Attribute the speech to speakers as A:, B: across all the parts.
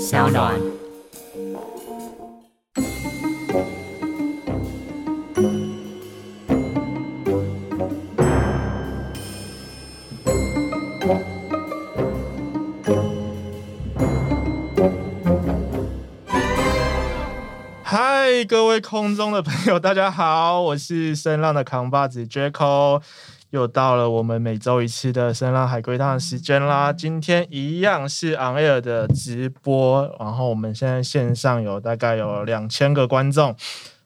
A: 小暖。
B: 嗨，各位空中的朋友，大家好，我是声浪的扛把子 Jaco，又到了我们每周一次的声浪海龟汤的时间啦。今天一样是 On Air 的直播，然后我们现在线上有大概有两千个观众，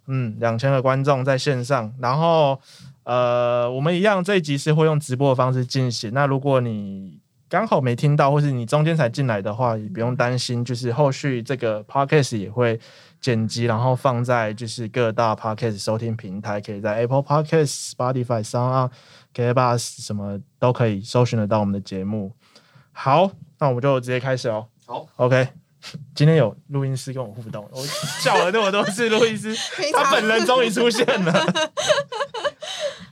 B: 嗯，两千个观众在线上，然后呃，我们一样这一集是会用直播的方式进行。那如果你刚好没听到，或是你中间才进来的话，也不用担心，就是后续这个 podcast 也会剪辑，然后放在就是各大 podcast 收听平台，可以在 Apple Podcast、Spotify 上啊、k b u s 什么都可以搜寻得到我们的节目。好，那我们就直接开始哦。
C: 好
B: ，OK。今天有录音师跟我互动，我叫了那么多次录音师，他本人终于出现了。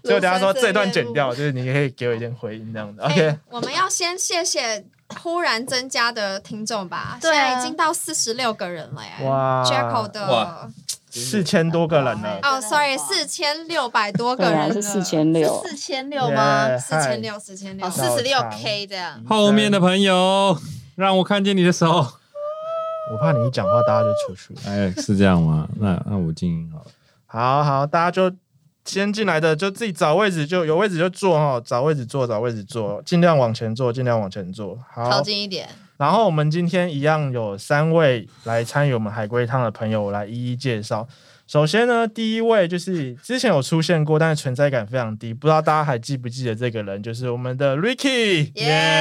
B: 所以我等下说这段剪掉，就是你可以给我一点回应这样的。OK，
D: 哎我们要先谢谢忽然增加的听众吧，
E: 对啊
D: 现在已经到四十六个人了耶。
B: 哇
D: j a c o 的
C: 哇
B: 四千多个人了。
D: 哦，sorry，四千六百多
F: 对
D: 个人
F: 啊，
D: 了
F: 是四，千六。
E: 四千六吗？
D: 四千六，四千六
E: 哦，
B: 是
E: 四
B: 哎好
E: 十六
B: 长
E: K 这样。
C: 后面的朋友，让我看见 你的手。
B: 我怕你一讲话，大家就出去了。
C: 哎，是这样吗？那那我静音好了。
B: 好好，大家就先进来的就自己找位置，就有位置就坐哦，找位置坐，找位置坐，尽量往前坐，尽量往前坐。好
E: 靠，近一点，
B: 然后我们今天一样有三位来参与我们海龟汤的朋友，我来一一介绍。首先呢，第一位就是之前有出现过，但是存在感非常低，不知道大家还记不记得这个人，就是我们的 Ricky。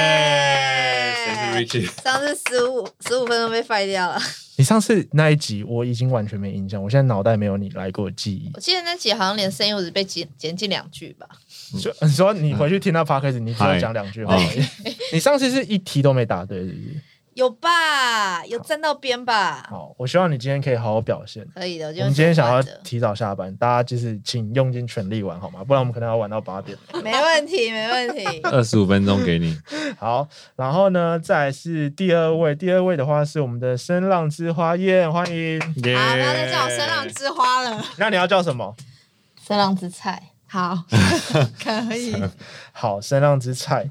D: 哎
E: 耶！
C: Ricky？
E: 上次十五十五分钟被 f 掉了，
B: 你上次那一集我已经完全没印象，我现在脑袋没有你来过的记忆。
E: 我记得那集好像连声音我只被剪剪进两句吧。
B: 就 你说你回去听到 podcast，你只有
C: 嗨。
B: 讲两句话而已。 你上次是一题都没答对，是不是？
E: 有吧？有站到边吧？
B: 好，我希望你今天可以好好表现。
E: 可以的，我
B: 我们今天想要
E: 玩的
B: 提早下班，大家就是请用尽全力玩好吗？不然我们可能要玩到八点。
E: 没问题，没问题
C: 二十五分钟给你。
B: 好，然后呢，再来是第二位，第二位的话是我们的声浪之花燕，欢迎。
C: 耶
D: 啊，不要再叫我声浪之花了。
B: 那你要叫什么？
E: 三郎之菜，
D: 好，可以。
B: 好，声浪之菜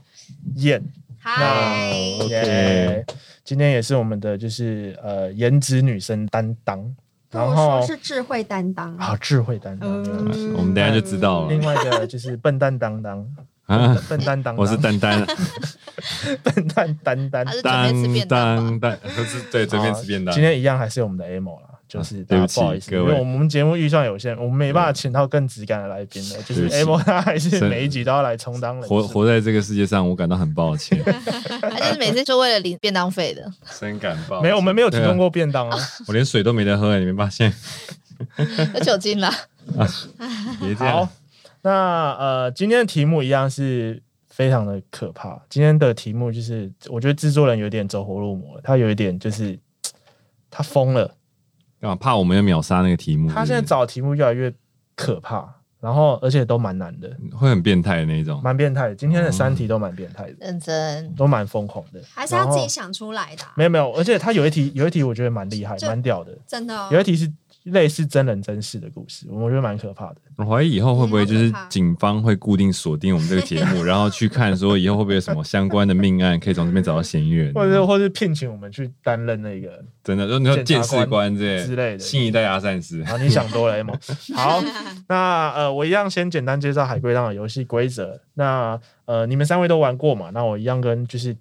B: 燕。
D: 嗨，
C: 哦
B: 耶
C: OK
B: 今天也是我们的就是呃颜值女生担当，
D: 不
B: 然
D: 如
B: 后
D: 说是智慧担当。
B: 好智慧担
E: 嗯
B: 当。没有问题
C: 啊我们等一下就知道
B: 另
C: 了
B: 外一个就是笨蛋当当，
C: 啊！
B: 笨蛋当当，
C: 我是丹丹，
B: 笨蛋当当
E: 他。是准备吃
C: 丹
E: 便当吧？
C: 丹丹，不是对，随便吃便当啊
B: 今。天一样还是有我们的 AMO 啦，就是大
C: 对不
B: 家
C: 起
B: 不好意思，
C: 各
B: 因
C: 位
B: 为我们节目预算有限，我们没办法请到更质感的来宾了。就是
C: 对不
B: AMO 他还是
C: 是
B: 每一集都要来充当人
C: 活
B: 设
C: 活在这个世界上，我感到很抱歉，
E: 他就是每次就为了领便当费的。
C: 深感抱歉
B: 没有，我们没有提供，
C: 对啊
B: 过便当啊。
C: 我连水都没得喝，你没发现？
E: 有酒精啦，
C: 别这样
B: 好，，那呃，今天的题目一样是非常的可怕。今天的题目就是，我觉得制作人有点走火入魔了，他有一点就是嘖他疯了。
C: 干嘛怕我们要秒杀那个题目？
B: 他现在
C: 是
B: 找题目越来越可怕，然后而且都蛮难的，
C: 不是会很变态的那种。
B: 蛮变态的。今天的三题都蛮变态的，
E: 认真。
B: 都蛮疯狂的。
D: 还是他自己
B: 然后
D: 想出来的啊，
B: 没有没有，而且他有一题有一题我觉得蛮厉害，
D: 就
B: 蛮屌的。
D: 真的哦。
B: 有一题是类似真人真事的故事，我觉得蛮可怕的。
C: 我怀疑以后会不会就是
D: 嗯好可怕
C: 警方会固定锁定我们这个节 目，然后去看说以后会不会有什么相关的命案可以从这边找到嫌疑人，
B: 或者或是聘请我们去担任那个
C: 真的，就你说
B: 检
C: 见
B: 察
C: 识
B: 官
C: 官之类
B: 之类的
C: 新一代阿善师，
B: 啊，你想多了 M。好，那呃，我一样先简单介绍海龟汤的游戏规则。那呃，你们三位都玩过嘛？那我一样跟就是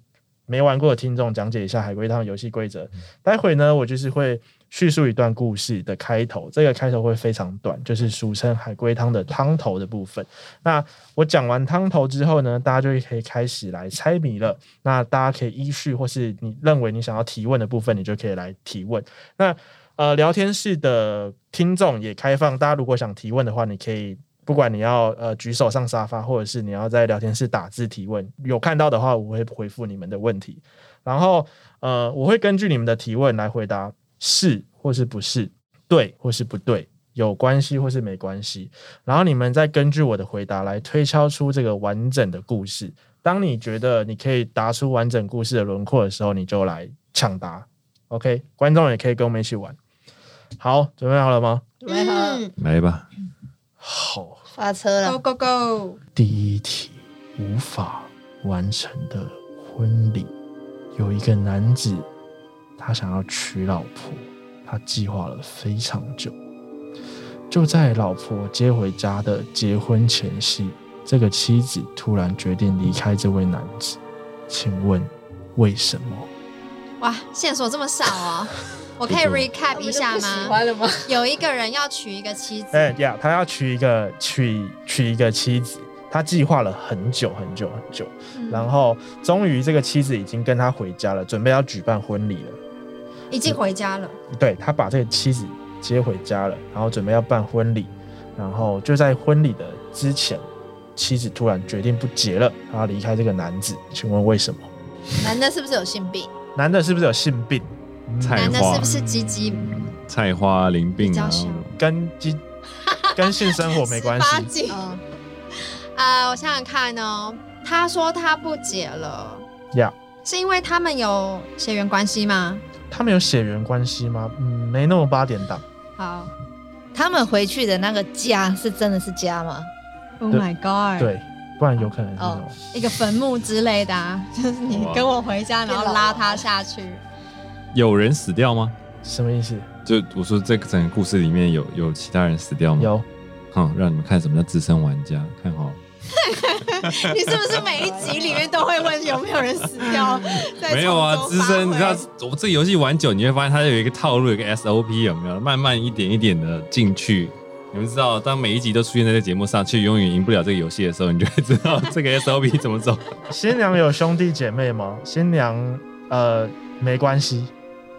B: 没玩过的听众讲解一下海龟汤的游戏规则。待会呢，我就是会叙述一段故事的开头，这个开头会非常短，就是俗称海龟汤的汤头的部分。那我讲完汤头之后呢，大家就可以开始来猜谜了。那大家可以依序或是你认为你想要提问的部分，你就可以来提问。那呃，聊天室的听众也开放，大家如果想提问的话，你可以不管你要呃举手上沙发，或者是你要在聊天室打字提问，有看到的话，我会回复你们的问题。然后呃，我会根据你们的提问来回答是或是不是，对或是不对，有关系或是没关系。然后你们再根据我的回答来推敲出这个完整的故事。当你觉得你可以答出完整故事的轮廓的时候，你就来抢答。 OK，观众也可以跟我们一起玩。好，准备好了吗？
E: 准备好了，
D: 嗯
C: 来吧，
B: 好，
E: 发车
D: ，Go
E: 了，
D: Go Go！
B: 第一题无法完成的婚礼，有一个男子，他想要娶老婆，他计划了非常久。就在老婆接回家的结婚前夕，这个妻子突然决定离开这位男子。请问为什么？
D: 哇，线索这么少哦，我可以
C: 不错
D: recap 一下
E: 他们就不喜
D: 吗？
E: 欢了吗？
D: 有一个人要娶一个妻子，
B: 哎呀，他要娶一个娶娶一个妻子，他计划了很久很久很久，
D: 嗯
B: 然后终于这个妻子已经跟他回家了，准备要举办婚礼了。
D: 已经回家了，
B: 对他把这个妻子接回家了，然后准备要办婚礼，然后就在婚礼的之前，妻子突然决定不结了，他要离开这个男子。请问为什么？
E: 男的是不是有性病？
B: 男的是不是有性病？
C: 菜
D: 男的
C: 花
D: 是不是鸡鸡？
C: 菜花淋病
D: 比
C: 啊
D: 较，像
B: 跟基跟性生活没关系
D: 18。禁
E: 嗯，
D: 啊、我想想看哦，他说他不解了，
B: 呀
D: 是因为他们有血缘关系吗？
B: 他们有血缘关系吗？嗯，没那么八点档。
D: 好
E: 他们回去的那个家是真的是家吗？
D: ，Oh
B: 对
D: my God，，
B: 对，不然有可能是那
E: 哦
B: 种。
D: 一个坟墓之类的、啊， 就是你
C: 哇
D: 跟我回家，然
E: 变老
D: 后拉他下去，
C: 有人死掉吗？
B: 什么意思？
C: 就我说这个整个故事里面有有其他人死掉吗？，
B: 有
C: 哼，让你们看什么叫资深玩家，看好了。
D: 你是不是每一集里面都会问有没有人死掉？在
C: 没有啊，
D: 从中
C: 资
D: 发
C: 深，
D: 挥
C: 你知道，我这游戏玩久，你会发现它有一个套路，有一个 SOP，有没有？慢慢一点一点的进去。你们知道，当每一集都出现在这节目上，却永远赢不了这个游戏的时候，你就会知道这个 SOP 怎么走。
B: 新娘有兄弟姐妹吗？新娘呃没关系，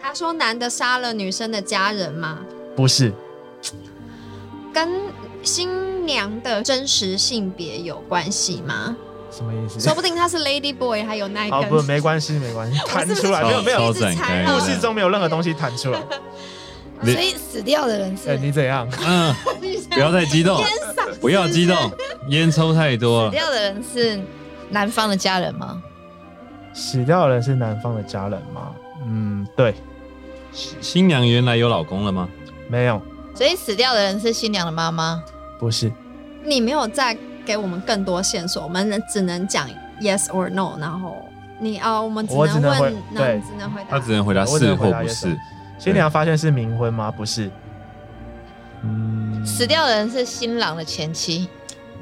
D: 他说男的杀了女生的家人嘛，
B: 不是
D: 跟新娘的真实性别有关系吗？
B: 什么意思？
D: 说不定他是 Lady Boy，还有那一
B: 好
D: 根。
B: 哦不没关系没关系，弹出来
C: 我
B: 没有
C: 是不
B: 没
C: 是
B: 有，
C: 超
D: 一
C: 展
D: 直
C: 开
D: 猜
C: 的
D: 到
B: 故事中没有任何东西弹出来。
C: 你
E: 所以死掉的人
B: 哎，
E: 是
B: 你怎样？
C: 嗯， 不要太激动，不要激动，烟抽太多
E: 死
C: 了。
E: 掉的人是男方的家人吗？
B: 死掉的人是男方的家人吗？嗯，对，
C: 新娘原来有老公了吗？
B: 没有，
E: 所以死掉的人是新娘的妈妈。
B: 不是，
D: 你没有再给我们更多线索，我们只能讲 yes or no，然后你啊、我们只
B: 我只
D: 能
B: 能回
D: 问，然后
B: 对
D: 你只能回答。
C: 他只能回答
B: 我只
C: 是
B: 能回
C: 或
B: 答
C: 不
B: yes
C: 是
B: or。新娘发现是冥婚吗？不是，
C: 嗯，
E: 死掉的人是新郎的前妻，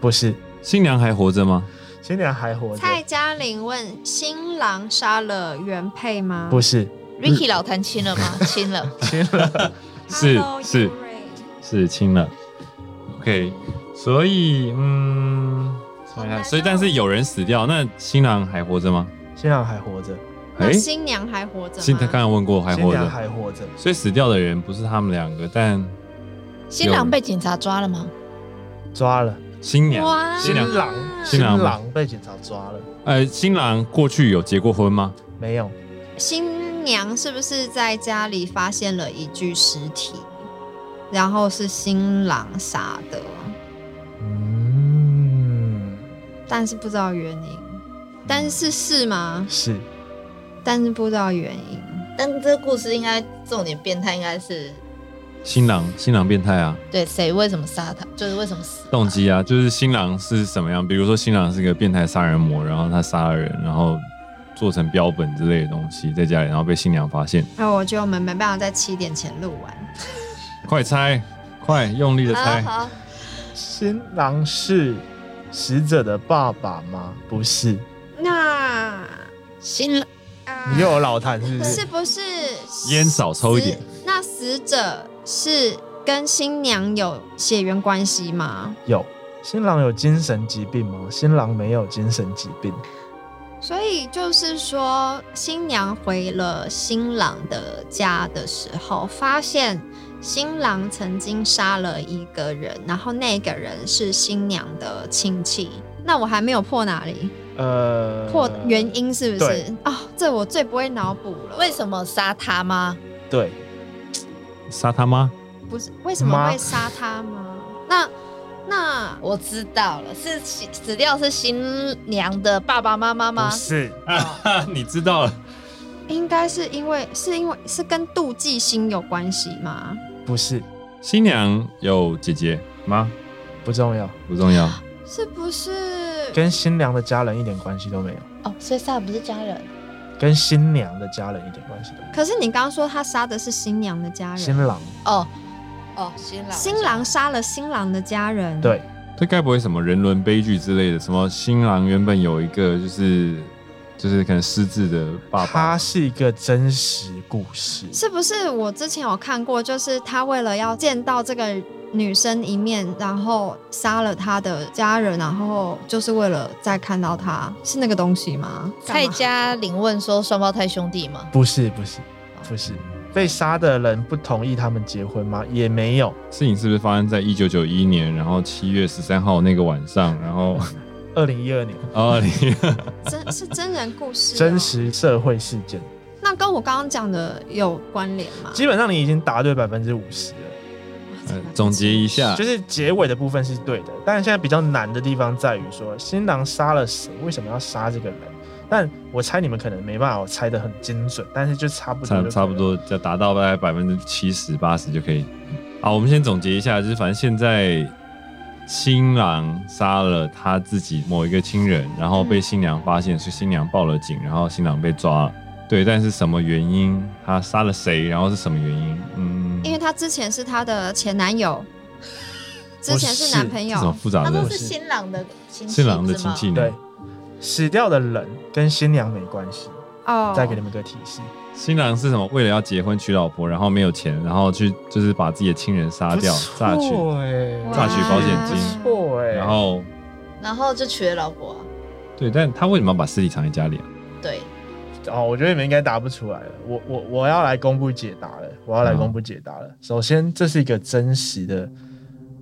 B: 不是，
C: 嗯新娘还活着吗？
B: 新娘还活着，
D: 蔡嘉玲问新郎杀了原配吗？
B: 不是，
E: Ricky 老谭亲了吗？亲了，
B: 新郎
C: 是
D: Hello,
C: 是
D: Yuri
C: 是亲了。OK，所以嗯，
D: 好
C: 看
D: 难
C: 看
D: 哦
C: 所以但是有人死掉，那新郎还活着吗？
B: 新郎还活着，
D: 那
C: 哎，
D: 新娘还活着
C: 新
D: 吗？
C: 他刚才问过还
B: 新
C: 活
B: 娘
C: 着，
B: 还活着，
C: 所以死掉的人不是他们两个，但
E: 新郎被警察抓了吗？
B: 抓了
C: 新
D: 哇
C: 娘新娘
B: 新郎，
C: 新郎吗
B: 郎被警察抓了，
C: 呃新郎过去有结过婚吗？
B: 没有，
D: 新娘是不是在家里发现了一具尸体，然后是新郎杀的，
B: 嗯，
D: 但是不知道原因，但是是吗？
B: 是
D: 但是不知道原因。
E: 但这个故事应该重点变态应该是
C: 新郎新郎变态啊，
E: 对谁为什么杀他，就是为什么死。
C: 动机啊，就是新郎是什么样？比如说新郎是个变态杀人魔，然后他杀了人，然后做成标本之类的东西在家里，然后被新娘发现。
D: 那我觉得我们没办法在七点前录完。
C: 快猜，快用力的猜，
E: 好，
B: 新郎是死者的爸爸吗？不是，
D: 那
E: 新郎
D: 啊
B: 你又有老谭是不
D: 是
B: 是？
D: 不是
C: 烟少抽一点
D: 死。那死者是跟新娘有血缘关系吗？
B: 有。新郎有精神疾病吗？新郎没有精神疾病，
D: 所以就是说，新娘回了新郎的家的时候，发现新郎曾经杀了一个人，然后那个人是新娘的亲戚。那我还没有破哪里？
B: 呃，
D: 破原因是不是
B: 对？
D: 哦，这我最不会脑补了。
E: 为什么杀他吗？
B: 对，
C: 杀他妈！
D: 不是？为什么
B: 妈
D: 会杀他吗？那那
E: 我知道了，是死死掉是新娘的爸爸妈妈吗
B: 不？是，
C: 你知道了，
D: 应该是因为是因为是跟妒忌心有关系吗？
B: 不是，
C: 新娘有姐姐吗？
B: 不重要，
C: 不重要。
D: 是不是？
B: 跟新娘的家人一点关系都没有，
E: 哦，所以萨不是家人，
B: 跟新娘的家人一点关系都没
D: 可是你刚刚说他杀的是新娘的家
B: 有。
D: 人，
B: 新郎，
E: 哦哦，新郎
D: 新郎杀了新郎的家人，，
B: 对，
C: 这该不会什么人伦悲剧之类的？什么新郎原本有一个就是就是可能失智的爸爸
B: 它，是一个真实故事，
D: 是不是？我之前有看过，就是他为了要见到这个女生一面，然后杀了她的家人，然后就是为了再看到她，是那个东西吗？
E: 蔡
D: 干嘛
E: 嘉玲问说双胞胎兄弟吗？
B: 不是，不是，不是。被杀的人不同意他们结婚吗？也没有。
C: 事情是不是发生在一九九一年，然后七月十三号那个晚上，然后
B: 二零一二年
D: 啊
C: 哦，你
D: 真 是真人故事、哦
B: 真，实社会事件，
D: 那跟我刚刚讲的有关联吗？
B: 基本上你已经答对百分之五十了。
C: 呃总结一下
B: 就，是结尾的部分是对的，但是现在比较难的地方在于说，新郎杀了谁，为什么要杀这个人？但我猜你们可能没办法猜得很精准，但是就差不多
C: 差
B: 就可以
C: 差不
B: 了。
C: 多要达到大概百分之七十八十就可以。好，我们先总结一下，就是反正现在新郎杀了他自己某一个亲人，然后被新娘发现，是新娘报了警，然后新郎被抓了。对，但是什么原因？他杀了谁？然后是什么原因？嗯，
D: 因为她之前是她的前男友，之前是男朋
C: 这
D: 友
C: 种，复杂
E: 他
C: 的
E: 都是新郎的亲戚，
C: 新郎的亲戚
E: 是吗
C: 呢？
B: 对，死掉的人跟新娘没关系。
D: 哦，
B: 再给你们个提示，
C: 新郎是什么？为了要结婚娶老婆，然后没有钱，然后去就是把自己的亲人杀掉，榨取，
B: 哎，
C: 榨取保险金
B: 不错哎，
C: 然后
E: 然后就娶了老婆啊、
C: 对，但他为什么要把尸体藏在家里啊？
E: 对，
B: 哦，我觉得你们应该答不出来了。我我我要来公布解答了，我要来
C: 嗯
B: 公布解答了。首先，这是一个真实的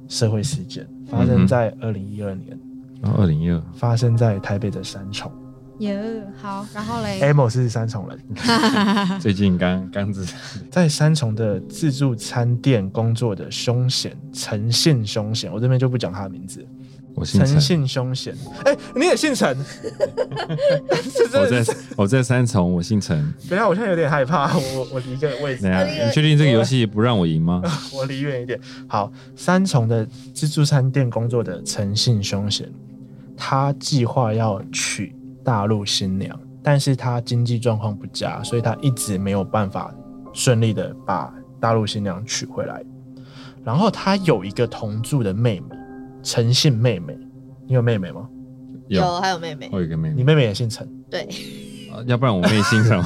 B: 社会事件，发
C: 嗯哼
B: 生在二零一二年，
C: 然哦后二零一二，
B: 发生在台北的三重。
D: 耶，好，然后嘞，
B: Amo 是三重人，
C: 嗯最近刚刚子，
B: 在三重的自助餐店工作的凶险陈姓凶险，我这边就不讲他的名字，
C: 我姓
B: 陈
C: 陈，
B: 姓凶险。哎、你也姓陈？ 这
C: 我
B: 真的是
C: 在我在三重，我姓陈。
B: 等一下，我现在有点害怕，我我我离个位置
C: 等一，下，
E: 那个
C: 你确定这个游戏
B: 啊
C: 不让我赢 吗？
B: 我离远一点。好，三重的自助餐店工作的陈姓凶险，他计划要娶大陆新娘，但是他经济状况不佳，所以他一直没有办法顺利的把大陆新娘娶回来。然后他有一个同住的妹妹，陈姓妹妹，你有妹妹吗？啊
E: 有还有妹妹，
C: 我有哦一个妹
B: 你妹
C: 妹，
B: 妹也姓陈。
E: 对，
C: 啊要不然我妹姓 什么？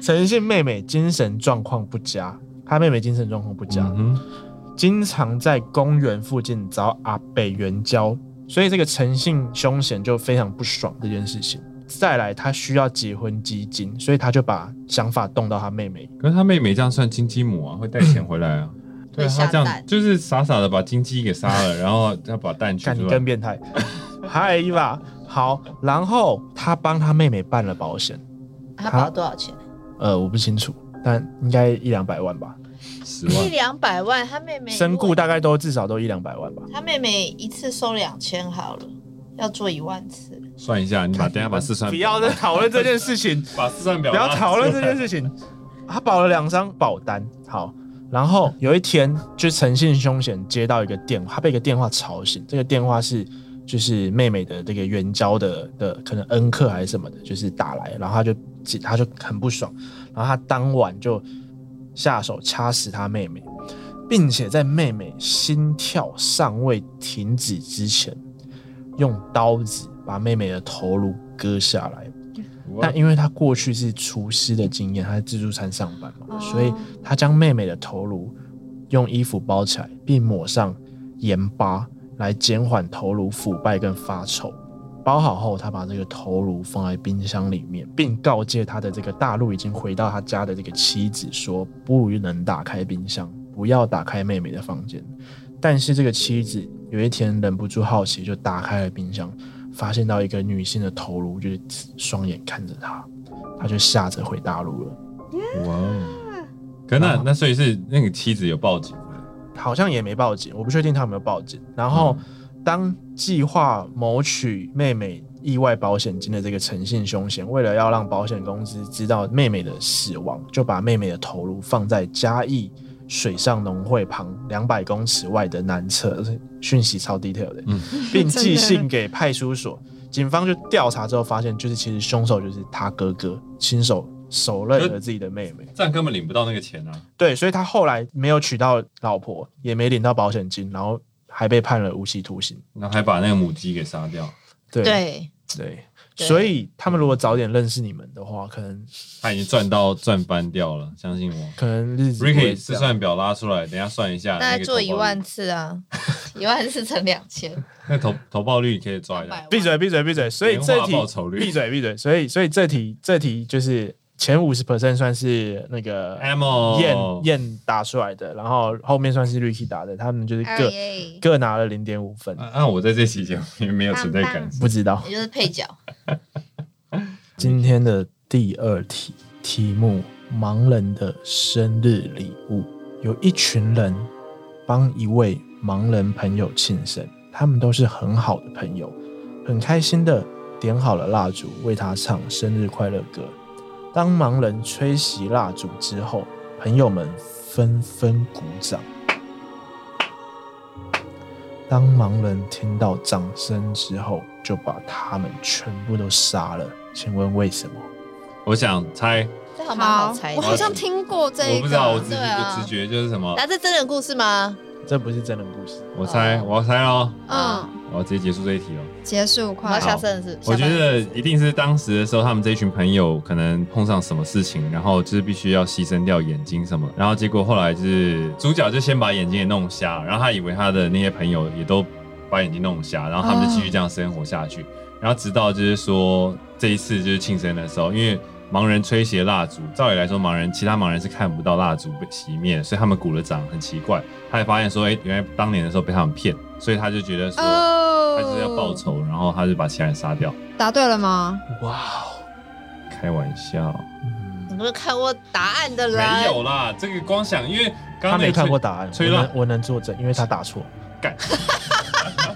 B: 陈姓妹妹精神状况不佳，她妹妹精神状况不佳，
C: 嗯哼，
B: 经常在公园附近找阿北援交，所以这个诚信凶险就非常不爽这件事情。再来，他需要结婚基金，所以他就把想法动到他妹妹。
C: 可是他妹妹这样算金鸡母啊，会带钱回来啊。对啊，
E: 会
C: 他
E: 下
C: 这样
E: 蛋
C: 就是傻傻的把金鸡给杀了，然后他把蛋取
B: 看
C: 出
B: 你
C: 来
B: 更。变态。 嗨，伊娃，好。然后他帮他妹妹办了保险，
E: 他保多少钱？
B: 呃，我不清楚，但应该一两百万吧，
C: 十
E: 一
C: 万，
E: 两百万，他妹妹
B: 身故大概都至少都一两百万吧。
E: 他妹妹一次收两千好了，要做一万次。
C: 算一下，你把等一下把四 算
B: 不要再讨论这件事情。
C: 把四算表
B: 不要
C: 拿
B: 讨论
C: 出
B: 这
C: 来
B: 件事情。他保了两张保单，好，然后有一天就诚信凶险接到一个电话，他被一个电话吵醒，这个电话是就是妹妹的这个援交的的可能恩客还是什么的，就是打来，然后他就他就很不爽，然后他当晚就下手掐死他妹妹，并且在妹妹心跳尚未停止之前，用刀子把妹妹的头颅割下来。
C: 哇
B: 但因为他过去是厨师的经验，他在自助餐上班嘛，
D: 哦
B: 所以他将妹妹的头颅用衣服包起来，并抹上盐巴来减缓头颅腐败跟发臭。包好后，他把这个头颅放在冰箱里面，并告诫他的这个大陆已经回到他家的这个妻子说，不能打开冰箱，不要打开妹妹的房间。但是这个妻子有一天忍不住好奇，就打开了冰箱，发现到一个女性的头颅，就是双眼看着他，他就吓着回大陆了。
C: 哇哦！可那那所以是那个妻子有报警，
B: 好像也没报警，我不确定他有没有报警。然后当计划谋取妹妹意外保险金的这个诚信凶险，为了要让保险公司知道妹妹的死亡，就把妹妹的头颅放在嘉义水上农会旁两百公尺外的南侧，讯息超 detail 的，
C: 嗯
B: 并寄信给派出所。警方就调查之后发现，就是其实凶手就是他哥哥亲手手刃了自己的妹妹。
C: 这样根本领不到那个钱啊！
B: 对，所以他后来没有娶到老婆，也没领到保险金，然后还被判了无期徒刑。
C: 然后还把那个母鸡给杀掉，
B: 对
E: 对，
B: 对
E: 对
B: 所以他们如果早点认识你们的话，可能
C: 他已经赚到赚翻掉了，相信我。
B: 可能日子不会这
C: Ricky 试
B: 样
C: 算表拉出来，等一下算一下，
E: 大
C: 那
E: 概
C: 个
E: 做
C: 投
E: 一
C: 报率
E: 万，次啊，一万次乘两 千，
C: 那投投报率可以抓
E: 两
C: 一
E: 百
C: 下
E: 万。
B: 闭嘴，闭嘴，闭嘴！所以这
C: 年化
B: 题
C: 报酬率
B: 闭嘴，闭嘴！所以所以这题这题就是前五十 percent 算是那个
C: Amo
B: 燕燕打出来的，然后后面算是 Ricky 打的，他们就是
D: 哎
B: 各
D: 耶
B: 各拿了零点五分，
C: 啊啊！我在这期节目里面没有存在感
D: 棒，
B: 不知道。
E: 也就是配角。
B: 今天的第二题题目：盲人的生日礼物。有一群人帮一位盲人朋友庆生，他们都是很好的朋友，很开心的点好了蜡烛，为他唱生日快乐歌。当盲人吹熄蜡烛之后，朋友们纷纷鼓掌。当盲人听到掌声之后，就把他们全部都杀了。请问为什么？
C: 我想猜，
E: 这好蛮好猜
D: 我
E: 的，
D: 好像听过这一个，
C: 我不知道，我直
E: 对
C: 我
E: 啊
C: 直觉就是什么，
E: 那这真人故事吗？
B: 这不是真人故事。
C: 我猜，我要猜喽，
E: 哦
D: 嗯，
C: 我要直接结束这一题了。
D: 结束
E: 我要
D: 快
E: 下生日，
C: 我觉
E: 下班
C: 得
E: 日
C: 一定是当时的时候，他们这一群朋友可能碰上什么事情，然后就是必须要牺牲掉眼睛什么，然后结果后来就是主角就先把眼睛给弄瞎，然后他以为他的那些朋友也都把眼睛弄瞎，然后他们就继续这样生活下去，然后直到就是说这一次就是庆生的时候，因为。盲人吹熄蜡烛，照理来说，盲人其他盲人是看不到蜡烛被熄灭，所以他们鼓了掌，很奇怪。他还发现说，哎、原来当年的时候被他们骗，所以他就觉得说，
D: 哦
C: 他就是要报。仇，然后他就把其他人杀掉。
D: 答对了吗？
B: 哇哦！
C: 开玩笑，
E: 你没有看过答案的人，哎
C: 没有啦，这个光想，因为
B: 他
C: 刚刚那
B: 没
C: 个
B: 看过答案，我
C: 吹了
B: 能我能作证，因为他打错。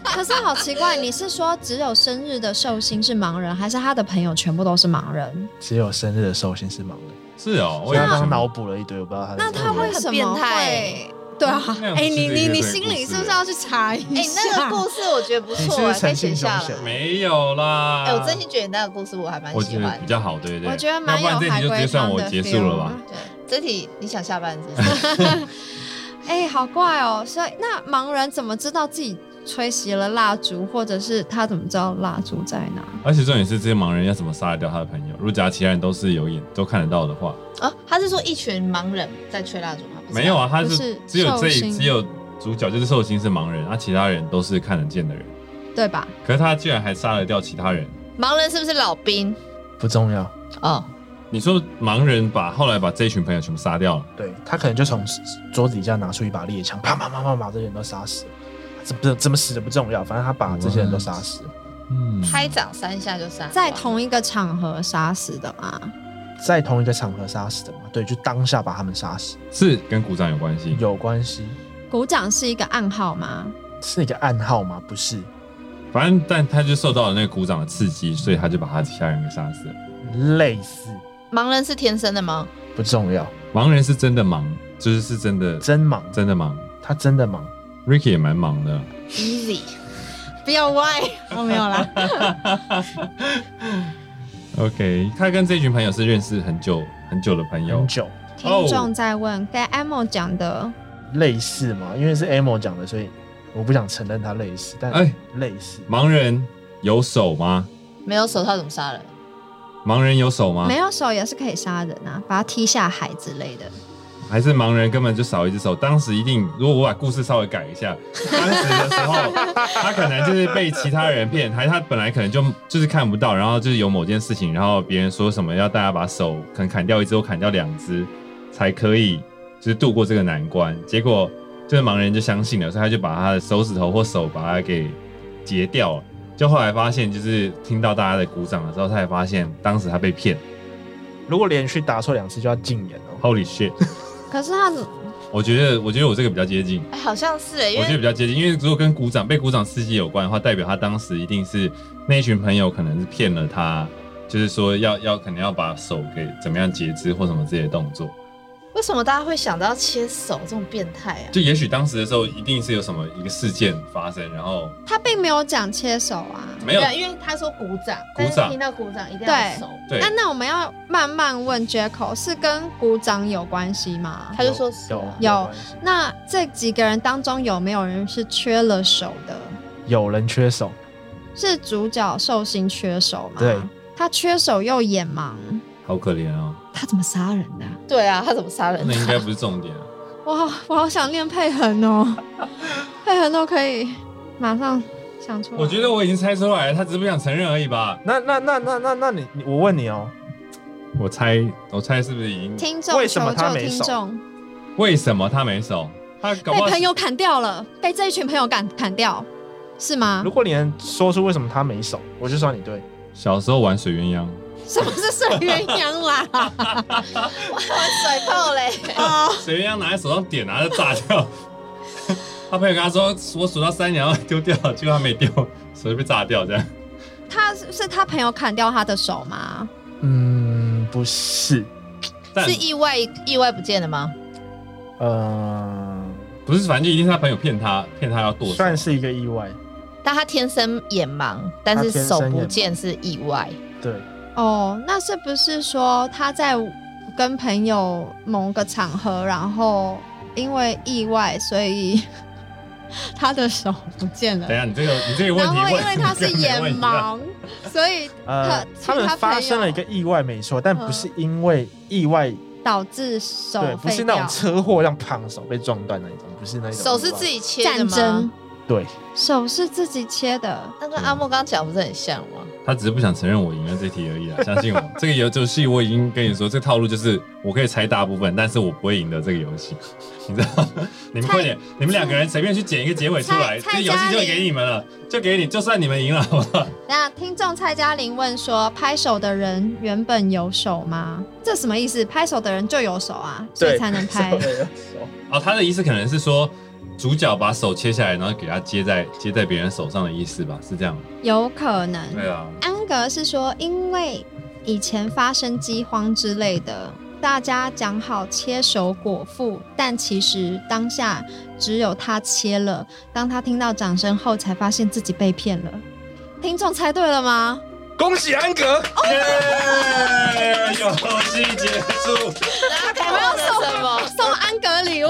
D: 可是好奇怪，你是说只有生日的寿星是盲人，还是他的朋友全部都是盲人？
B: 只有生日的寿星是盲人，
C: 是哦，我
B: 所以
C: 也
B: 他刚
C: 不
B: 刚
C: 想
B: 脑补了一堆，我不知道他。
D: 那他为什
E: 很变
D: 么
E: 态
D: 会？对啊，
C: 那样
D: 哎、
C: 子
D: 你
C: 是
D: 你
C: 一个
D: 你
C: 鬼
D: 心
C: 故
D: 里
C: 事
D: 是不是
C: 欸
D: 要去查一下？
E: 哎，那个故事我觉得不
B: 你
E: 错
B: 是不
E: 啊，
B: 是
E: 可以
B: 诚
E: 写
B: 信
E: 下
B: 凶险
E: 来。
C: 没有啦？
E: 哎，我真心觉得你那个故事我还蛮
C: 我
E: 喜
C: 觉得
E: 欢
C: 比。较好，对不对？
D: 我觉得蛮有
C: 要不然这
D: 海
C: 题就直
D: 龟
C: 接算
D: 汤
C: 我
D: 的 feel 啊
C: 结束了吧？
E: 对，这题你想下班是不是？
D: 哎、好怪哦！所以那盲人怎么知道自己吹熄了蜡烛，或者是他怎么知道蜡烛在哪？
C: 而且重点是，这些盲人要怎么杀得掉他的朋友？如果假如其他人都是有眼都看得到的话，
E: 啊，他是说一群盲人在吹蜡烛吗？不是
C: 没有，啊，他
D: 不
C: 是
D: 是
C: 只有
D: 寿
C: 这
D: 星
C: 只有主角就是寿星是盲人，啊，其他人都是看得见的人。
D: 对吧？
C: 可是他居然还杀了掉其他人。
E: 盲人是不是老兵？
B: 不重要，
E: 哦，
C: 你说盲人把后来把这一群朋友全部杀掉了，
B: 对他可能就从桌子底下拿出一把猎枪，啪啪啪啪把这些人都杀死了。怎么怎么死的不重要，反正他把这些人都杀死了。
C: 嗯，
E: 拍掌三下就杀，
D: 在同一个场合杀死的嘛？
B: 在同一个场合杀死的嘛，对，就当下把他们杀死
C: 是跟鼓掌有关系。
B: 有关系，
D: 鼓掌是一个暗号吗？
B: 是一个暗号吗？不是，
C: 反正但他就受到了那个鼓掌的刺激，所以他就把他其他人给杀死了。
B: 类似
E: 盲人是天生的吗？
B: 不重要，
C: 盲人是真的忙，就是是真的
B: 真忙，
C: 真的忙。
B: 他真的忙。
C: Ricky 也蛮忙的，
E: easy，
D: 不要歪，
E: 哦
D: 我、没有啦。
C: OK，他跟这群朋友是认识很久很久的朋友
B: 很，久，
D: 听众在问，跟 Amo 讲的
B: 类似嘛，因为是 Amo 讲的，所以我不想承认他类似，但
C: 哎
B: 类似、
C: 盲人有手吗？
E: 没有手套怎么杀人？
C: 盲人有手吗？
D: 没，有手也是可以杀人啊，把他踢下海之类的。
C: 还是盲人根本就少一只手？当时一定，如果我把故事稍微改一下，当时的时候他可能就是被其他人骗，还是他本来可能就就是看不到，然后就是有某件事情，然后别人说什么要大家把手可能砍掉一只或砍掉两只才可以，就是度过这个难关。结果就是盲人就相信了，所以他就把他的手指头或手把它给截掉了。就后来发现，就是听到大家的鼓掌的时候，他才发现当时他被骗。
B: 如果连续答错两次就要禁言哦。
C: Holy shit！
D: 可是他
C: 我觉得，我觉得我这个比较接近，
E: 哎好像是哎，因
C: 我觉得
E: 为
C: 比较接近，因为如果跟鼓掌被鼓掌刺激有关的话，代表他当时一定是那一群朋友可能是骗了他，就是说要要可能要把手给怎么样截肢或什么这些动作，
E: 为什么大家会想到切手这种变态啊？
C: 就也许当时的时候一定是有什么一个事件发生，然后
D: 他并没有讲切手啊。
C: 没 有
E: 对因为他说鼓掌，但是
C: 掌
E: 听到鼓掌一定要有手，
C: 对
D: 啊那那我们要慢慢问 Jacko，是跟鼓掌有关系吗？
E: 他就说是
B: 有
E: 啊
D: 有
B: 关系
D: 那这几个人当中有没有人是缺了手的？
B: 有人缺手，
D: 是主角寿星缺手吗？
B: 对，
D: 他缺手又眼盲，
C: 好可怜哦，
D: 他怎么杀人的啊、
E: 对啊，他怎么杀人
C: 那应
E: 的？
C: 该不是重点啊。
D: 我好我好想练佩痕哦， 佩痕都可以马上想出来。
C: 我觉得我已经猜出来了，他只是不想承认而已吧。
B: 那那那那那那你你我问你哦，
C: 我猜，我猜是不是已经？
D: 听众
B: 为什么
D: 求
B: 他
D: 救，
B: 没手
D: 听众
C: 为什么他没手？他搞
D: 被
C: 不好
D: 朋友砍掉了，被这一群朋友砍砍掉，是吗
B: 如？果你能说出为什么他没手，我就算你对。
C: 小时候玩水鸳鸯，
D: 什么是水鸳鸯 啦？
E: 甩炮嘞，
D: 啊，
C: 水鸳鸯拿在手上点，拿着炸掉。 他朋友跟他说：“我数到三，你要丢掉。”结果他没丢，手就被炸掉。这样，
D: 他是是他朋友砍掉他的手吗？
B: 嗯，不是，
C: 但
E: 是意外意外不见了吗？
B: 呃，
C: 不是，反正就一定是他朋友骗他，骗他要剁手。
B: 算是一个意外，
E: 但他天生眼盲，但是
B: 他天
E: 手
B: 生
E: 不
B: 眼盲
E: 见是意外。
B: 对，
D: 哦，那是不是说他在跟朋友某个场合，然后因为意外，所以 他的手不见了
C: 等一？下，你这个你这个问
D: 然
C: 题
D: 后
C: 问，
D: 因为他是眼
C: 问题啊，
D: 盲，所以
B: 呃，他
D: 他
B: 们发生了一个意外，没错，但不是因为意外，
D: 导致手
B: 对，不
D: 废
B: 是那
D: 掉
B: 种车祸让胖手被撞断那一种，不是那种意外，
E: 手是自己切的
D: 战
E: 吗？
D: 争，
B: 对，
D: 手是自己切的。
E: 那跟阿莫刚刚讲不是很像 吗？
C: 他只是不想承认我赢了这题而已啦。相信我，这个游游戏我已经跟你说，这个套路就是我可以猜大部分，但是我不会赢的这个游戏， 你知道？你们快点，你们两个人随便去剪一个结尾出来，
D: 蔡
C: 这游戏就会给你们了，就给你，就算你们赢了，好不好？
D: 那听众蔡嘉玲问说：“拍手的人原本有手吗？这什么意思？拍手的人就有手啊，所以才能拍。
C: 哦，他的意思可能是说，主角把手切下来，然后给他接在接在别人手上的意思吧？是这样？
D: 有可能。
C: 对啊，
D: 安格是说，因为以前发生饥荒之类的，大家讲好切手果腹，但其实当下只有他切了。当他听到掌声后，才发现自己被骗了。听众猜对了吗？
B: 恭喜安格，
C: 耶！游戏结束，
E: 那他忘了什么？
D: 送安格礼物，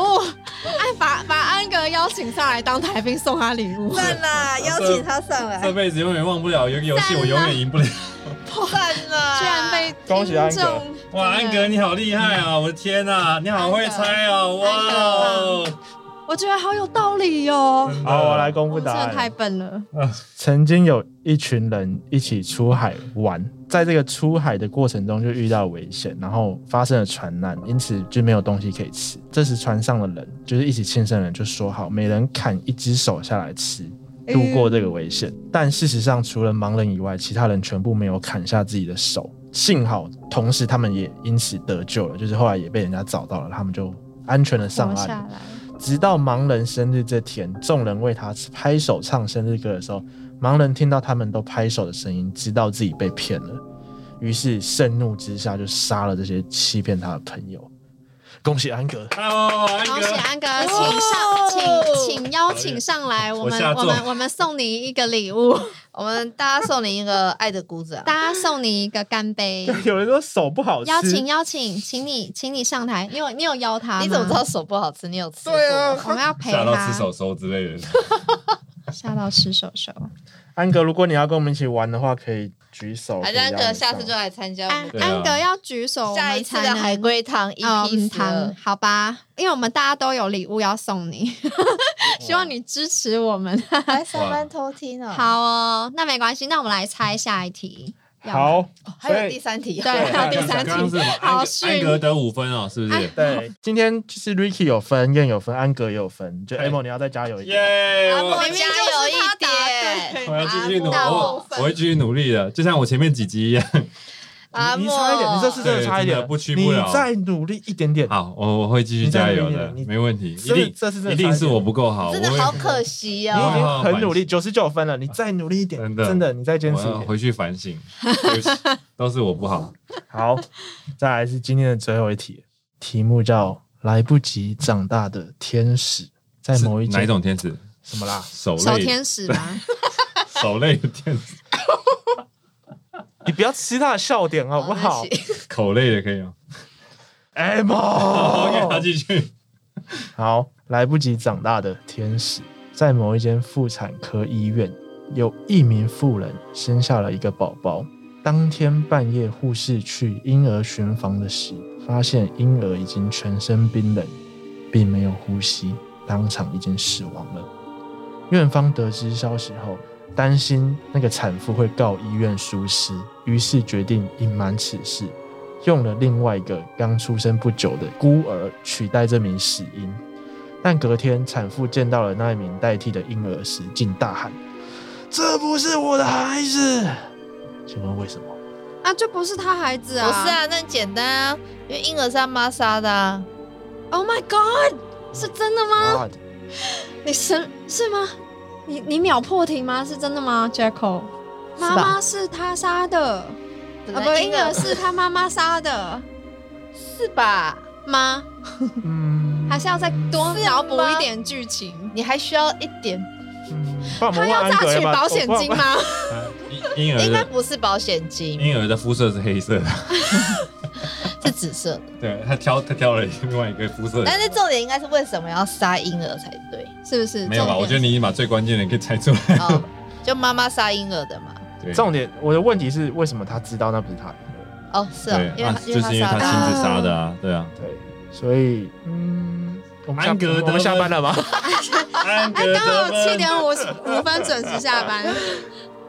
D: 哎，把把安格邀请上来当台宾送他礼物。
E: 算啦，邀请他上来
C: 这，辈子永远忘不了，有个游戏我永远赢不了。
E: 算 啦，
D: 居然被
B: 恭喜安格
D: 听众
C: 哇，安格，，你好厉害啊！我的天呐、你好会猜哦！哇哦，
D: 我觉得好有道理哦。
C: 真的
B: 好，我来。公布
D: 我真
B: 答
D: 的太
B: 案。
D: 笨了，
B: 曾经有一群人一起出海玩，在这个出海的过程中就遇到危险，然后发生了船难，因此就没有东西可以吃。这时船上的人就是一起庆生的人就说好，每人砍一只手下来吃，
D: 哎
B: 度过这个危险。但事实上，除了盲人以外，其他人全部没有砍下自己的手。幸好，同时他们也因此得救了，就是后来也被人家找到了，他们就安全的上
D: 活
B: 岸
D: 下
B: 了。
D: 来。
B: 直到盲人生日这天，众人为他拍手唱生日歌的时候，盲人听到他们都拍手的声音，知道自己被骗了，于是盛怒之下就杀了这些欺骗他的朋友。恭喜安格！
C: Hello，安
D: 恭喜
C: 格，
D: 安哥，
E: 哦
D: 请上，请请邀请上来，
C: 我
D: 我们
C: 下
D: 我
C: 座
D: 们我们送你一个礼物，
E: 我们大家送你一个爱的啊鼓掌。
D: 大家送你一个干杯。
B: 有人说手不好吃，
D: 邀请邀请，请你请你上台，你有你有邀他吗
E: 你怎么知道？手不好吃？你有吃过？
B: 对啊，
D: 我们要陪
C: 吓到
D: 他
C: 吃手手之类的。
D: 吓到吃手手。
B: 安格，如果你要跟我们一起玩的话，可以举手。
E: 海
B: 可以邀
E: 安
B: 你
E: 哥下次
B: 上
E: 就来参加我
D: 安
E: 们
C: 对啊
D: 安格要举手，
E: 下一次的海
D: 龟
E: 龟汤一
D: 哎哦
E: P
D: 糖，好吧？因为我们大家都有礼物要送你， 希望你支持我们。
E: 来上班偷听哦。，
D: 好哦，那没关系，那我们来猜下一题。要吗，
B: 好，
E: 还
B: 所
E: 有
B: 以
E: 第三题。哦
D: 对还有第三题
C: 刚刚是什么安
D: 好
C: 格
D: 逊
C: 安格得五分哦，是不是？
B: 对，今天就是 Ricky 有分，燕有分，安格也有分，就
C: 对
B: Amo 你要再加油一点。
C: 耶！
E: 阿莫
C: 哎我
E: 加油一点。啊
C: 我要继续努，
D: 大部
C: 我我会继续努力的，就像我前面几集一样。
D: 阿
B: 你差一点，你这次真的
C: 对
B: 差一
C: 真的
B: 点了，
C: 不屈
B: 你
C: 不挠
B: 再努力一点点。
C: 好，我我会继续
B: 你再
C: 加
B: 努力一
C: 油的
B: 点，你
C: 没问题，一
B: 真的
C: 定
B: 这次真的
C: 一定
B: 差一
C: 是
B: 点
C: 我不够好，
E: 真的
C: 我会
E: 好可惜
B: 你已
E: 哦。
B: 经很努力，九十九分了，你再努力一点，
C: 真
B: 真
C: 的
B: 的，你再坚持
C: 我
B: 一
C: 要
B: 点。
C: 回去反 省，对不起，都是我不好。
B: 好，再来是今天的最后一题，题目叫《来不及长大的天使》，在
C: 是
B: 某一
C: 哪一
B: 间
C: 种天使？
B: 什么啦？
C: 手
D: 小
C: 累
D: 天使吗？
C: 手累的天使，
B: 你不要吃他的笑点好不好
D: 对不起
C: 口累的可以吗？
B: 哦
C: 好，给他
B: ？M
C: 继续。
B: 好，来不及长大的天使，在某一间妇产科医院，有一名妇人生下了一个宝宝。当天半夜，护士去婴儿巡房的时，发现婴儿已经全身冰冷，并没有呼吸，当场已经死亡了。院方得知消息后，担心那个产妇会告医院疏失，于是决定隐瞒此事，用了另外一个刚出生不久的孤儿取代这名死婴。但隔天，产妇见到了那一名代替的婴儿时，竟大喊：“这不是我的孩子！”请问为什么？
D: 啊，这不是他孩子
E: 不
D: 啊！
E: 是啊，那很简单啊，因为婴儿是他妈杀的啊。
D: ，Oh my God，是真的吗？
B: God，
D: 你是是吗？你你秒破题吗？是真的吗，Jacko？
E: 是
D: 妈
E: 吧
D: 妈是他杀的，啊
E: 本
D: 不，
E: 来
D: 婴儿是他妈妈杀的
E: 是吧？
D: 吗？
B: 嗯
D: 还是要再多
E: 是
D: 脑补
E: 吗
D: 一点剧情？
E: 你还需要一点，
B: 嗯帮我们
D: 他
B: 问
D: 要
B: 安
D: 榨
B: 格
D: 取
B: 吧
D: 保险金？吗？
C: 婴婴儿
E: 应该
C: 的
E: 不是保险金，
C: 婴儿的肤色是黑色的，
E: 是紫色的。
C: 对他挑他挑了另外一个肤色的
E: 但。是重点应该是为什么要杀婴儿才对
D: 是不是？
C: 没有吧？
D: 重点
C: 我觉得你已经把最关键的给猜出来。
E: 哦，就妈妈杀婴儿的嘛。
C: 对，
B: 重点，我的问题是为什么他知道那不是他的婴儿？
E: 哦，是哦，
C: 对
E: 因为
C: 啊
E: 他，
C: 就是因为
E: 杀
C: 他
E: 的
C: 亲自杀的啊，对啊。
B: 对，所以嗯，我们下
C: 安格得
B: 我们下班了吗
C: 安
D: 哎，
C: 格
D: 刚好
C: 得
D: 七
E: 哦
C: 分，
D: 点五五分准时下班，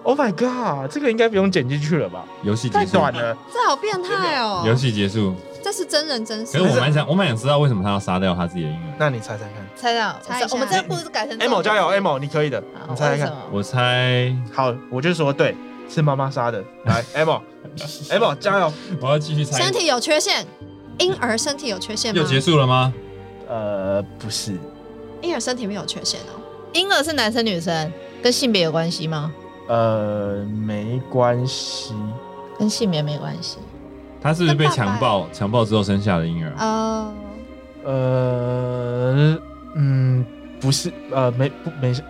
B: ？Oh my god，这个应该不用剪进去了吧？
C: 游戏结
B: 太
C: 束，
B: 短了。
D: 这好变态哦！
C: 游戏结束。
D: 这是真人真
C: 可
D: 事
C: 是，我蛮想，我蛮想知道为什么他要杀掉他自己的婴儿。
B: 那你猜猜看
E: 猜到，
D: 猜一下
E: 我们这个故事改成
B: ，Amo 加油
E: 哎，
B: ，Amo 你可以的，
D: 啊
B: 你猜猜看。
E: 看
C: 我猜
B: 好，我就说对，是妈妈杀的。 来，Amo，Amo 加油。
C: 我要继续猜。
D: 身体有缺陷，婴儿身体有缺陷吗
C: 又？结束了吗？
B: 呃，不是，
D: 婴儿身体没有缺陷哦。
E: 婴儿是男生女生，跟性别有关系吗？
B: 呃，没关系。
E: 跟性别没关系。
C: 他是不是被强
E: 欸
C: 暴？强暴之后生下的婴
E: 嗯
C: 儿？
D: 哦，
B: 呃，嗯，不是，呃，没不没事，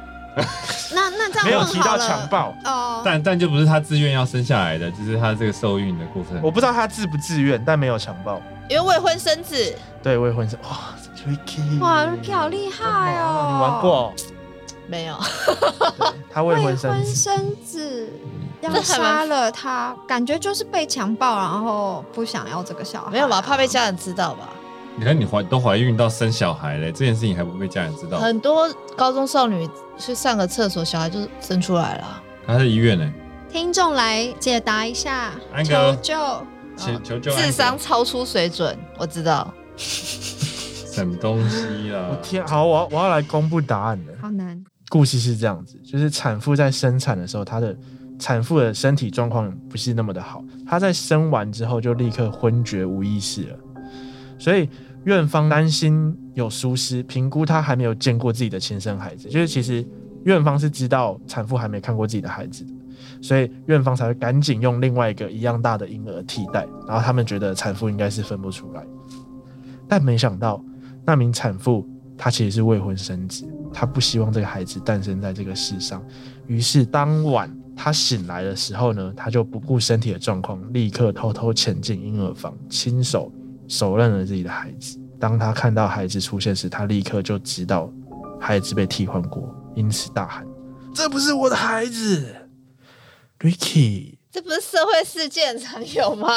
D: 那那这样
B: 没有
D: 问
B: 提
D: 好
B: 到
D: 了
B: 强暴。
D: 哦。
C: 但但就不是他自愿要生下来的，就是他这个受孕的过程。
B: 我不知道他自不自愿，但没有强暴。
E: 因为未婚生子，
B: 对未婚生，哇，Ricky，
D: 哇，Ricky 好厉害哦！
B: 你玩过哦？
E: 没有，
B: 对他未
D: 未
B: 婚
D: 婚
B: 生
D: 生
B: 子，
D: 子，
E: 这
D: 要
E: 还蛮
D: 杀了他，感觉就是被强暴，然后不想要这个小孩。啊
E: 没有吧？怕被家人知道吧？
C: 你看你怀都怀孕到生小孩嘞，这件事情还不被家人知道？
E: 很多高中少女去上个厕所，小孩就生出来了。
C: 他在医院嘞，
D: 听众来解答一下，
C: 安
D: 求
C: 哥
D: 救。
C: 求求救
B: 啊
C: 安哥！
E: 哦智商超出水准，我知道。
C: 什么东西啊
B: 我
C: 啦？
B: 天，好，我要我要来公布答案了。
D: 好难，
B: 故事是这样子，就是产妇在生产的时候，她的产妇的身体状况不是那么的好，她在生完之后就立刻昏厥无意识了，所以院方担心有疏失，评估她还没有见过自己的亲生孩子，就是其实院方是知道产妇还没看过自己的孩子的。所以院方才会赶紧用另外一个一样大的婴儿替代，然后他们觉得产妇应该是分不出来，但没想到那名产妇她其实是未婚生子，她不希望这个孩子诞生在这个世上。于是当晚她醒来的时候呢，她就不顾身体的状况，立刻偷偷潜进婴儿房，亲手手刃了自己的孩子。当她看到孩子出现时，她立刻就知道孩子被替换过，因此大喊：“这不是我的孩子，Ricky。”
E: 这不是社会事件常有吗？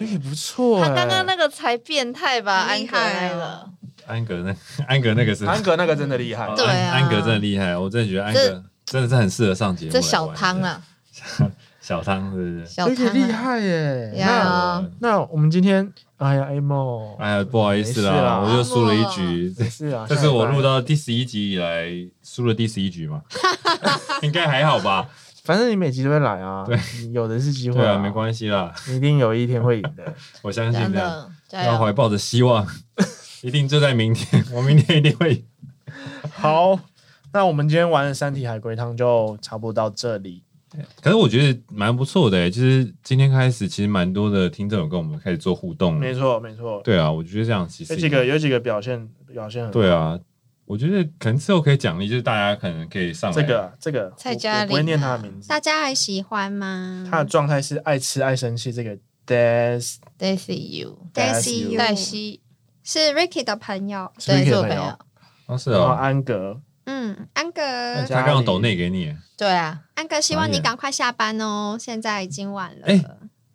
B: Ricky 不错、欸，
E: 他刚刚那个才变态吧，
D: 很
E: 安
D: 厉
E: 可爱
D: 害
E: 了
D: 哦。
C: 安格那安格那个是
B: 安格那个真的厉害
C: 哦，
E: 对啊
C: 安安格真的厉害，我真的觉得安格真的是很适合上节目。
E: 这小汤，啊，
C: 小汤是不是？
E: 小汤
B: Ricky
E: 啊
B: 厉害耶、那
E: 呀！
B: 那我们今天，哎呀，Amo，
C: 哎呀，不好意思
B: 没事
C: 啦，
B: 啦
C: 我又输了一局。
B: 是啊，
C: 这是我录
B: 的。
C: 到第十一集以来输了第十一局嘛，应该还好吧？
B: 反正你每集都会来啊，
C: 对，
B: 有的是机会
C: 对啊，没关系啦，
B: 系，你一定有一天会赢的。啊
C: 我相信
E: 真
C: 这样，
E: 的，加
C: 要
E: 油！
C: 怀抱着希望， 一定就在明 天，我明天一定会。
B: 好，那我们今天玩的三题海龟汤就差不多到这里。
C: 可是我觉得蛮不错的、欸，就是今天开始，其实蛮多的听众有跟我们开始做互动
B: 没
C: 了。
B: 错，没错，
C: 对啊，我觉得这样其实
B: 有几个有几个表现表现很好
C: 对啊，我觉得可能之后可以奖励，就是大家可能可以上来
B: 这个这个
E: 蔡
B: 我
E: 嘉
B: 我不会
E: 玲
B: 念他
E: 啊
B: 的名字，
D: 大家还喜欢
E: 嗯
D: 吗？
B: 他的状态是爱吃爱生气，这个 des
E: Daisy You，
D: Daisy
B: Daisy
D: 有
E: 黛西，
D: 是 Ricky 的朋友，
E: 对，
B: Ricky
E: 是
B: 的
E: 我
B: 朋
E: 朋
B: 友
E: 友，
C: 方式
B: 然后
C: 哦。
B: 安格，
D: 嗯，安
B: 大
D: 哥，
B: 家
C: 他刚刚抖内给你欸，
E: 对啊，
D: 安哥，希望
C: 导
D: 你
C: 演
D: 赶快下班哦，现在已经晚了。
C: 哎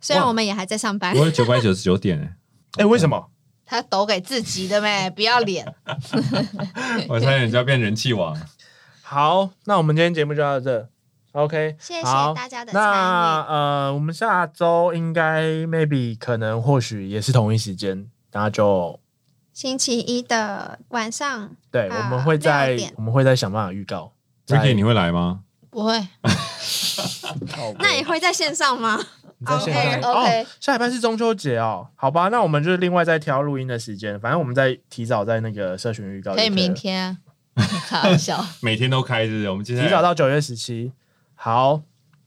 D: 虽然
C: 哇
D: 我们也还在上班，
C: 我有九百九十九点哎、
B: 哎，为什么？
E: 他抖给自己的 呗，不要脸。
C: 我差点就要变人 气王。
B: 好，那我们今天节目就到这，OK，
D: 谢谢
B: 好
D: 大家的参
B: 那
D: 与。
B: 呃，我们下周应该 maybe 可能或许也是同一时间，那就
D: 星期一的晚上，
B: 对，
D: 啊
B: 我们会在
D: 6点
B: 我们会在想办法预告。在
C: Ricky，你会来吗？
E: 不会，
B: 靠北
D: 那也会在线上吗？
B: 你在线上
E: OK，OK
B: 哦，下礼拜是中秋节哦，好吧，那我们就是另外再挑录音的时间，反正我们再提早在那个社群预告就
E: 可
B: 了，
E: 以明天 啊，开玩笑。
C: 每天都开是不是？我们今天
B: 提早到九月十七。好，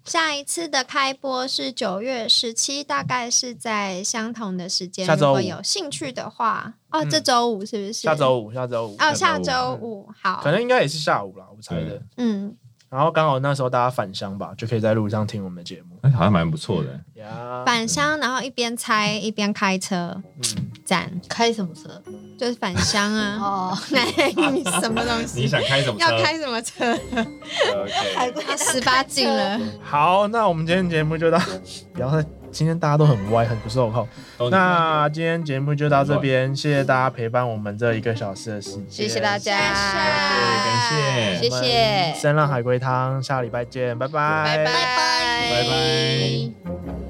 D: 下一次的开播是九月十七，大概是在相同的时间。
B: 下
D: 如
B: 周五
D: 果有兴趣的话，哦，
B: 嗯
D: 这周五是不是？
B: 下周五，下周五，
D: 哦，
C: 下
D: 下
C: 周五
D: 周五好
B: 可，能应该也是下午啦，我猜的
C: 对。
D: 嗯，
B: 然后刚好那时候大家返乡吧，就可以在路上听我们的节目
C: 哎、好像蛮不错的欸、
B: 呀。
D: 返乡，然后一边猜一边开车，
B: 嗯，
D: 赞，
E: 开什么车？
D: 就是返乡 啊。
E: 哦，
D: 你什么东
C: 你
D: 西？
C: 想开什么车？
D: 要开什么车？
B: OK
D: 十八禁了。
B: 好，那我们今天节目就 到，不要再今天大家都很歪，很不受控。
C: 都你
B: 那今天节目就到这边，谢谢大家陪伴我们这一个小时的时间，
E: 谢谢大
C: 对，
E: 家，
C: 感
E: 谢
C: 谢，
E: 谢
B: 三浪海龟汤，下礼拜见，拜拜，
E: 拜拜，
C: 拜拜。